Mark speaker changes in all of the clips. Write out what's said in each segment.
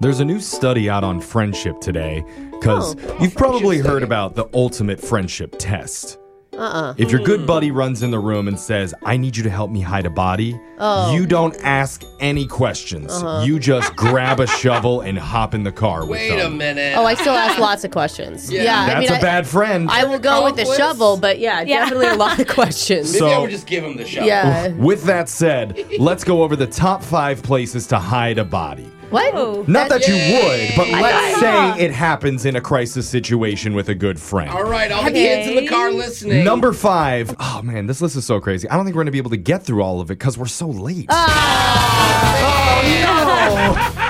Speaker 1: There's a new study out on friendship today
Speaker 2: Oh,
Speaker 1: because you've probably heard about the ultimate friendship test.
Speaker 2: Uh-uh.
Speaker 1: If your good buddy runs in the room and says, I need you to help me hide a body,
Speaker 2: Oh. Uh-huh.
Speaker 1: you don't ask any questions. You just grab a shovel and hop in the car with
Speaker 3: Wait
Speaker 1: them.
Speaker 3: a minute.
Speaker 2: Oh, I still ask lots of questions. Yeah,
Speaker 1: That's
Speaker 2: I mean,
Speaker 1: a bad friend.
Speaker 2: I, I will go with the
Speaker 3: Accomplice?
Speaker 2: shovel, but yeah, definitely a lot of questions.
Speaker 1: So-
Speaker 3: Maybe I would just give him the shot.
Speaker 2: yeah.
Speaker 1: With that said, let's go over the top five places to hide a body.
Speaker 2: What?
Speaker 1: oh. Not that you would,
Speaker 3: Yay.
Speaker 1: but let's
Speaker 4: Yeah.
Speaker 1: say it happens in a crisis situation with a good friend.
Speaker 3: All right, all the kids in the car listening.
Speaker 1: Number five. Oh man, this list is so crazy. I don't think we're gonna be able to get through all of it because we're so late.
Speaker 2: Ah.
Speaker 1: Oh,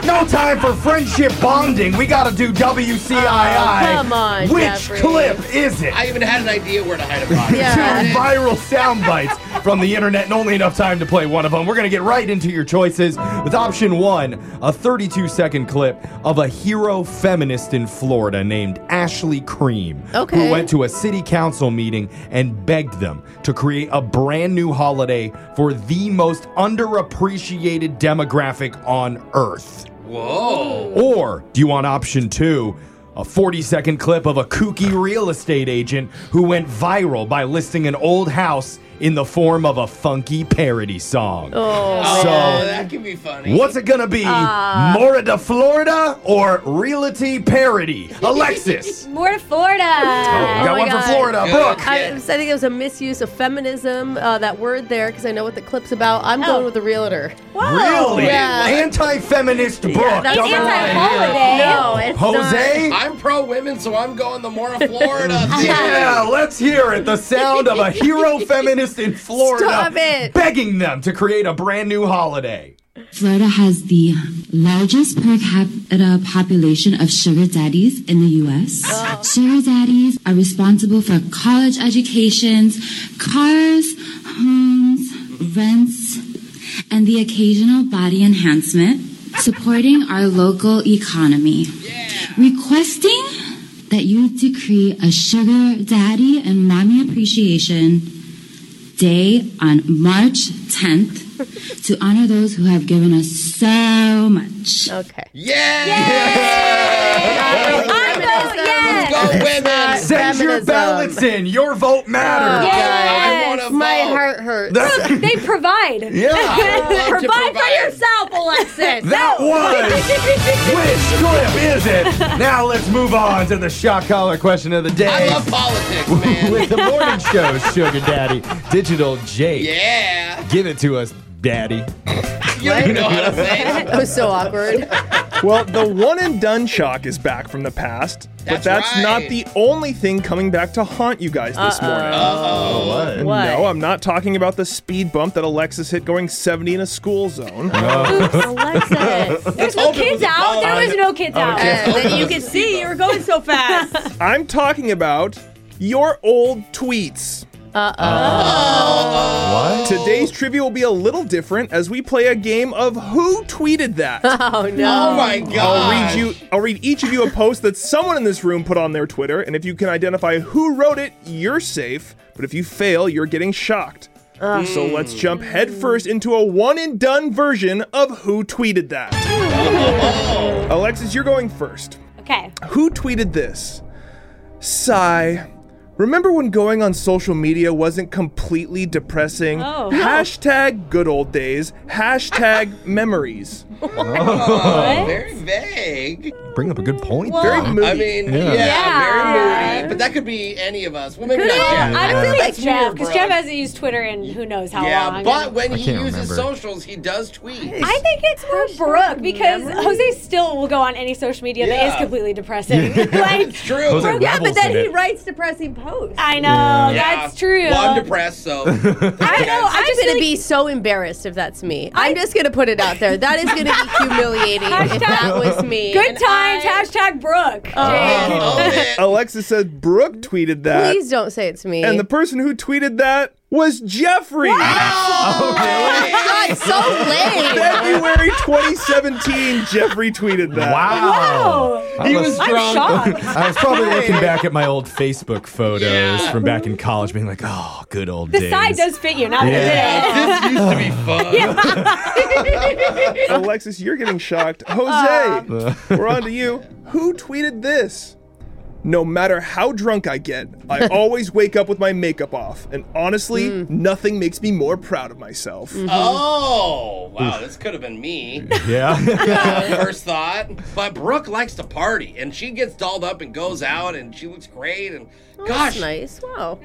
Speaker 1: no! no time for friendship bonding. We gotta do WCII.
Speaker 2: Oh, come on,
Speaker 1: Which
Speaker 2: Jeffrey.
Speaker 1: clip is it?
Speaker 3: I even had an idea where to hide a body.
Speaker 2: Yeah.
Speaker 1: Two viral sound bites from the internet and only enough time to play one of them. We're going to get right into your choices with option one a 32 second clip of a hero feminist in Florida named Ashley Cream,
Speaker 2: Okay.
Speaker 1: who went to a city council meeting and begged them to create a brand new holiday for the most underappreciated demographic on earth.
Speaker 3: Whoa.
Speaker 1: Or do you want option two? A 40 second clip of a kooky real estate agent who went viral by listing an old house in the form of a funky parody song.
Speaker 2: Oh, Ah.
Speaker 3: Oh,
Speaker 1: So-
Speaker 3: that could be funny.
Speaker 1: What's it gonna be? Mora de Florida or Realty Parody? Alexis!
Speaker 4: More to Florida.
Speaker 3: Oh,
Speaker 1: got
Speaker 2: Oh, my
Speaker 1: one
Speaker 2: God.
Speaker 1: for Florida.
Speaker 3: Good.
Speaker 1: Brooke!
Speaker 2: I,
Speaker 3: Yeah.
Speaker 2: I think it was a misuse of feminism, uh, that word there, because I know what the clip's about. I'm going with the realtor.
Speaker 4: Whoa.
Speaker 1: Really?
Speaker 2: Oh, Yeah.
Speaker 1: Anti feminist Brooke.
Speaker 2: that's
Speaker 1: double
Speaker 4: It's
Speaker 1: line.
Speaker 4: anti-holiday.
Speaker 2: No, it's
Speaker 1: Jose?
Speaker 3: I'm pro women, so I'm going the more of Florida. thing.
Speaker 1: Yeah, let's hear it. The sound of a hero feminist in Florida
Speaker 2: Stop it.
Speaker 1: begging them to create a brand new holiday.
Speaker 5: Florida has the largest per capita population of sugar daddies in the U.S. Sugar daddies are responsible for college educations, cars, homes, rents, and the occasional body enhancement, supporting our local economy. Requesting that you decree a sugar daddy and mommy appreciation day on March 10th to honor those who have given us so much.
Speaker 2: Okay.
Speaker 3: Yeah.
Speaker 4: I'm going, yes.
Speaker 3: Go women.
Speaker 1: Send your
Speaker 2: Feminism.
Speaker 1: ballots in. Your vote matters.
Speaker 3: I
Speaker 4: Yes.
Speaker 3: want to
Speaker 2: My
Speaker 3: vote.
Speaker 2: heart hurts.
Speaker 1: That,
Speaker 4: They provide.
Speaker 1: yeah.
Speaker 3: love to
Speaker 4: provide, for
Speaker 3: provide.
Speaker 4: yourself, Alexis.
Speaker 1: That
Speaker 4: No.
Speaker 1: was- Which clip is it? Now let's move on to the shock collar question of the
Speaker 3: I
Speaker 1: day.
Speaker 3: love politics, man.
Speaker 1: With the morning show, Sugar Daddy, Digital Jake.
Speaker 3: yeah.
Speaker 1: Give it to us, Daddy.
Speaker 3: You don't even know how to say it.
Speaker 2: That was so awkward.
Speaker 6: Well, the one and done shock is back from the past,
Speaker 3: That's
Speaker 6: but that's
Speaker 3: right.
Speaker 6: not the only thing coming back to haunt you guys this morning.
Speaker 1: Oh, what?
Speaker 2: What?
Speaker 6: No, I'm not talking about the speed bump that Alexis hit going 70 in a school zone.
Speaker 4: Alexis. There's no
Speaker 3: hope it was
Speaker 4: kids
Speaker 3: a
Speaker 4: out. There was no kids out.
Speaker 2: Uh, then you could
Speaker 7: See, you were going so fast.
Speaker 6: I'm talking about your old tweets.
Speaker 1: What?
Speaker 6: Today's
Speaker 3: Oh.
Speaker 6: trivia will be a little different as we play a game of who tweeted that.
Speaker 2: Oh,
Speaker 3: Oh
Speaker 2: no.
Speaker 3: my
Speaker 6: I'll
Speaker 3: god.
Speaker 6: read you I'll read each of you a post that someone in this room put on their Twitter, and if you can identify who wrote it, you're safe. But if you fail, you're getting shocked. So let's jump headfirst into a one and done version of who tweeted that. Alexis, you're going first.
Speaker 4: Okay.
Speaker 6: Who tweeted this? Sigh. Remember when going on social media wasn't completely depressing?
Speaker 4: Oh.
Speaker 6: Hashtag good old days. Hashtag memories.
Speaker 3: Oh,
Speaker 4: What?
Speaker 3: very vague.
Speaker 1: Bring up a good point.
Speaker 6: Very moody.
Speaker 3: I mean,
Speaker 1: Yeah.
Speaker 3: yeah,
Speaker 4: Yeah.
Speaker 3: very moody. But that could be any of us. Well, maybe
Speaker 4: Could
Speaker 3: not
Speaker 4: it?
Speaker 3: Jeff.
Speaker 4: I don't
Speaker 3: That's
Speaker 4: think it's Jeff
Speaker 3: bro.
Speaker 4: because Jeff hasn't used Twitter in who knows how
Speaker 3: Yeah,
Speaker 4: long.
Speaker 3: but when he
Speaker 1: can't
Speaker 3: uses
Speaker 1: remember.
Speaker 3: socials, he does tweet.
Speaker 4: I think it's more Brooke because Jose still will go on any social media that
Speaker 3: Yeah.
Speaker 4: is completely depressing. like,
Speaker 3: It's true.
Speaker 1: Jose
Speaker 4: Yeah,
Speaker 1: revels
Speaker 2: But then
Speaker 1: in
Speaker 2: he
Speaker 1: it.
Speaker 2: writes depressing posts.
Speaker 4: I know
Speaker 3: Yeah.
Speaker 4: that's true.
Speaker 3: Well, I'm depressed, so.
Speaker 4: I know.
Speaker 2: I'm
Speaker 4: I
Speaker 2: just
Speaker 4: just
Speaker 2: gonna
Speaker 4: feel like
Speaker 2: be so embarrassed if that's me. I'm just gonna put it out there. That is gonna be humiliating if that was me.
Speaker 4: good
Speaker 2: And
Speaker 4: times.
Speaker 2: I-
Speaker 4: Hashtag Brooke. Jake.
Speaker 3: Oh, man.
Speaker 6: Alexis said Brooke tweeted that.
Speaker 2: Please don't say it's me.
Speaker 6: And the person who tweeted that was Jeffrey.
Speaker 2: God, so lame.
Speaker 6: February 2017, Jeffrey tweeted that.
Speaker 1: Wow. I
Speaker 3: He
Speaker 1: was-
Speaker 3: was
Speaker 4: I'm
Speaker 3: drunk.
Speaker 4: shocked.
Speaker 1: I was probably looking back at my old Facebook photos
Speaker 3: Yeah.
Speaker 1: from back in college, being like, "Oh, good old
Speaker 4: The
Speaker 1: days."
Speaker 4: side does fit you, not
Speaker 1: Yeah.
Speaker 4: the tail.
Speaker 3: this used to be fun.
Speaker 6: Alexis, you're getting shocked.
Speaker 1: Uh.
Speaker 6: Jose, we're on to you. Who tweeted this? No matter how drunk I get, I always wake up with my makeup off, and honestly, nothing makes me more proud of myself.
Speaker 3: Mm. Oh, wow, this could have been me. Uh,
Speaker 1: Yeah.
Speaker 3: First thought. But Brooke likes to party, and she gets dolled up and goes out, and she looks great. And
Speaker 2: That's
Speaker 3: gosh,
Speaker 2: nice. Wow.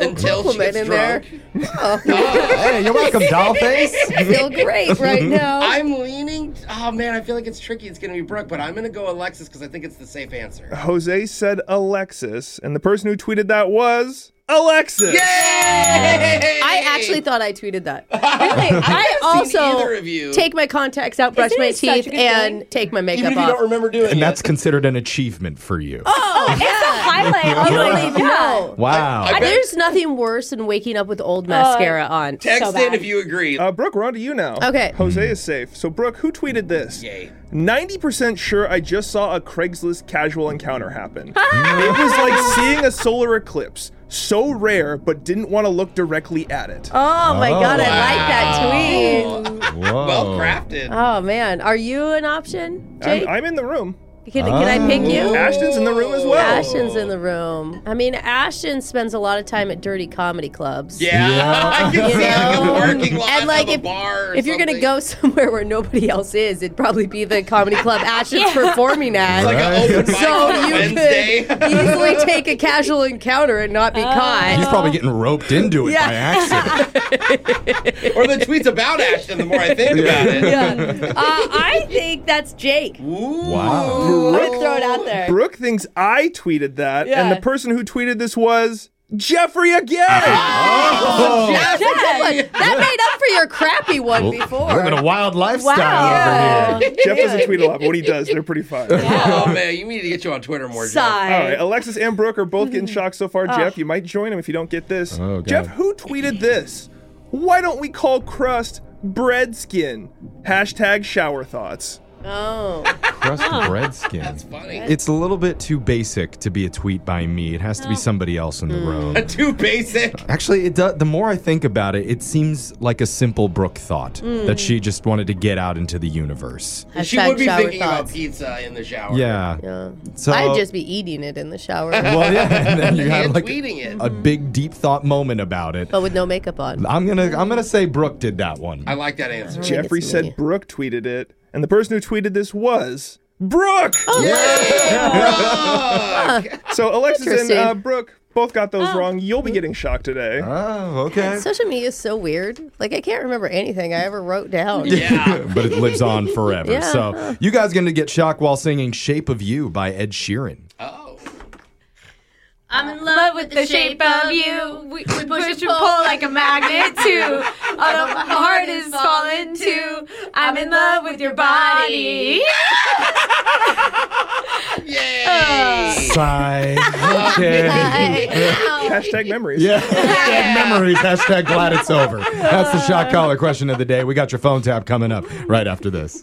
Speaker 3: until she
Speaker 2: compliment
Speaker 3: gets
Speaker 2: in
Speaker 3: drunk.
Speaker 4: Oh,
Speaker 3: Uh,
Speaker 1: hey, you're welcome,
Speaker 2: I
Speaker 1: dollface.
Speaker 2: feel great right now.
Speaker 3: I'm leaning. Oh man, I feel like it's tricky. It's gonna be Brooke, but I'm gonna go Alexis because I think it's the safe answer.
Speaker 6: Jose said Alexis, and the person who tweeted that was Alexis.
Speaker 3: Yay!
Speaker 2: I actually thought I tweeted that.
Speaker 4: Really?
Speaker 2: I
Speaker 3: either
Speaker 2: also
Speaker 3: of you.
Speaker 2: take my contacts out, brush
Speaker 4: Isn't
Speaker 2: my
Speaker 4: it such a
Speaker 2: teeth,
Speaker 4: good
Speaker 2: and
Speaker 4: feeling?
Speaker 2: take my
Speaker 3: even
Speaker 2: makeup
Speaker 3: if you don't
Speaker 2: off.
Speaker 3: remember doing
Speaker 1: And
Speaker 3: it.
Speaker 1: that's considered an achievement for you.
Speaker 4: It's a highlight.
Speaker 2: You
Speaker 4: Oh,
Speaker 2: don't
Speaker 4: my
Speaker 2: even know.
Speaker 1: Wow.
Speaker 3: Oh, I- I-
Speaker 2: There's nothing worse than waking up with
Speaker 4: Uh,
Speaker 2: old mascara on.
Speaker 3: Text
Speaker 4: so
Speaker 3: in
Speaker 4: bad.
Speaker 3: if you agree.
Speaker 1: Oh.
Speaker 6: Uh, Brooke, we're on to you now.
Speaker 2: Okay.
Speaker 6: Jose is safe. So, Brooke, who tweeted this?
Speaker 3: Yay.
Speaker 6: 90% sure I just saw a Craigslist casual encounter happen. it was like seeing a solar eclipse. So rare, but didn't want to look directly at it.
Speaker 2: Oh my
Speaker 1: Oh,
Speaker 2: god, I like that tweet.
Speaker 1: Whoa.
Speaker 3: Well crafted.
Speaker 2: Oh man, are you an option, Jake?
Speaker 6: I'm, I'm in the room.
Speaker 2: can, can I pick
Speaker 3: Oh.
Speaker 2: you?
Speaker 6: Ashton's in the room as well.
Speaker 2: Ashton's in the room. I mean, Ashton spends a lot of time at dirty comedy clubs.
Speaker 3: yeah,
Speaker 1: Yeah.
Speaker 3: I
Speaker 2: You
Speaker 3: can see like a
Speaker 2: know?
Speaker 3: parking lot
Speaker 2: and like
Speaker 3: of a
Speaker 2: if,
Speaker 3: bar. Or
Speaker 2: if you're gonna
Speaker 3: something.
Speaker 2: go somewhere where nobody else is, it'd probably be the comedy club Ashton's performing at.
Speaker 1: Like
Speaker 3: like
Speaker 1: Right.
Speaker 3: an open mic
Speaker 2: so
Speaker 3: on
Speaker 2: you
Speaker 3: Wednesday.
Speaker 2: could easily take a casual encounter and not be
Speaker 3: Oh.
Speaker 2: caught.
Speaker 1: He's probably getting roped into it
Speaker 2: Yeah.
Speaker 1: by accident.
Speaker 3: or the tweets about Ashton. The more I think about it.
Speaker 2: yeah. Uh, I think that's Jake.
Speaker 3: Ooh.
Speaker 1: Wow.
Speaker 2: I'm gonna throw it out there.
Speaker 6: Brooke thinks I tweeted that, and
Speaker 2: Oh, Yeah.
Speaker 6: the person who tweeted this was Jeffrey again.
Speaker 3: Jeff,
Speaker 2: That made up for your crappy one before.
Speaker 1: Living a wild lifestyle over here.
Speaker 6: Jeff doesn't tweet a lot, but when he does, they're pretty fun.
Speaker 3: Oh man, you need to get you on Twitter more. Jeff.
Speaker 2: Sigh.
Speaker 6: All right, Alexis and Brooke are both getting shocked so far.
Speaker 2: Oh.
Speaker 6: Jeff, you might join him if you don't get this.
Speaker 1: Oh, God.
Speaker 6: Jeff, who tweeted this? Why don't we call crust bread skin? Hashtag shower thoughts.
Speaker 2: Oh.
Speaker 1: Crust bread skin.
Speaker 3: Funny.
Speaker 1: It's a little bit too basic to be a tweet by me. It has to be somebody else in the
Speaker 3: Hmm.
Speaker 1: room.
Speaker 3: Too basic.
Speaker 1: Actually, it do, the more I think about it, it seems like a simple Brooke thought that
Speaker 2: Mm.
Speaker 1: she just wanted to get out into the universe.
Speaker 3: She
Speaker 2: Hashtag
Speaker 3: would be
Speaker 2: shower
Speaker 3: thinking about
Speaker 2: thoughts.
Speaker 3: pizza in the shower.
Speaker 1: Yeah.
Speaker 2: Yeah.
Speaker 1: So
Speaker 2: I'd just be eating it in the shower,
Speaker 1: well, yeah, and then you had
Speaker 3: And
Speaker 1: like
Speaker 3: tweeting it.
Speaker 1: a
Speaker 2: Mm-hmm.
Speaker 1: big deep thought moment about it.
Speaker 2: but with no makeup on.
Speaker 1: I'm gonna I'm gonna say Brooke did that one.
Speaker 3: I like that answer.
Speaker 6: Jeffrey
Speaker 2: it's
Speaker 6: said
Speaker 2: me.
Speaker 6: Brooke tweeted it, and the person who tweeted this was Brooke. so Alexis and
Speaker 2: Oh, Interesting. Oh.
Speaker 6: uh, Brooke both got those wrong. You'll be getting shocked today.
Speaker 1: oh, okay.
Speaker 2: Social media is so weird. Like I can't remember anything I ever wrote down.
Speaker 3: yeah.
Speaker 1: but it lives on forever.
Speaker 2: Yeah.
Speaker 1: So you guys gonna get shocked while singing "Shape of You" by Ed Sheeran.
Speaker 3: Oh.
Speaker 7: I'm in love with the shape of you. We, we push and pull like a magnet too. Although my heart is falling too. I'm in love with your body.
Speaker 3: Yay.
Speaker 2: Uh.
Speaker 1: Sigh. Okay.
Speaker 6: Hashtag memories.
Speaker 1: Yeah. Hashtag memories. Hashtag glad it's over. That's the shock collar question of the day. We got your phone tap coming up right after this.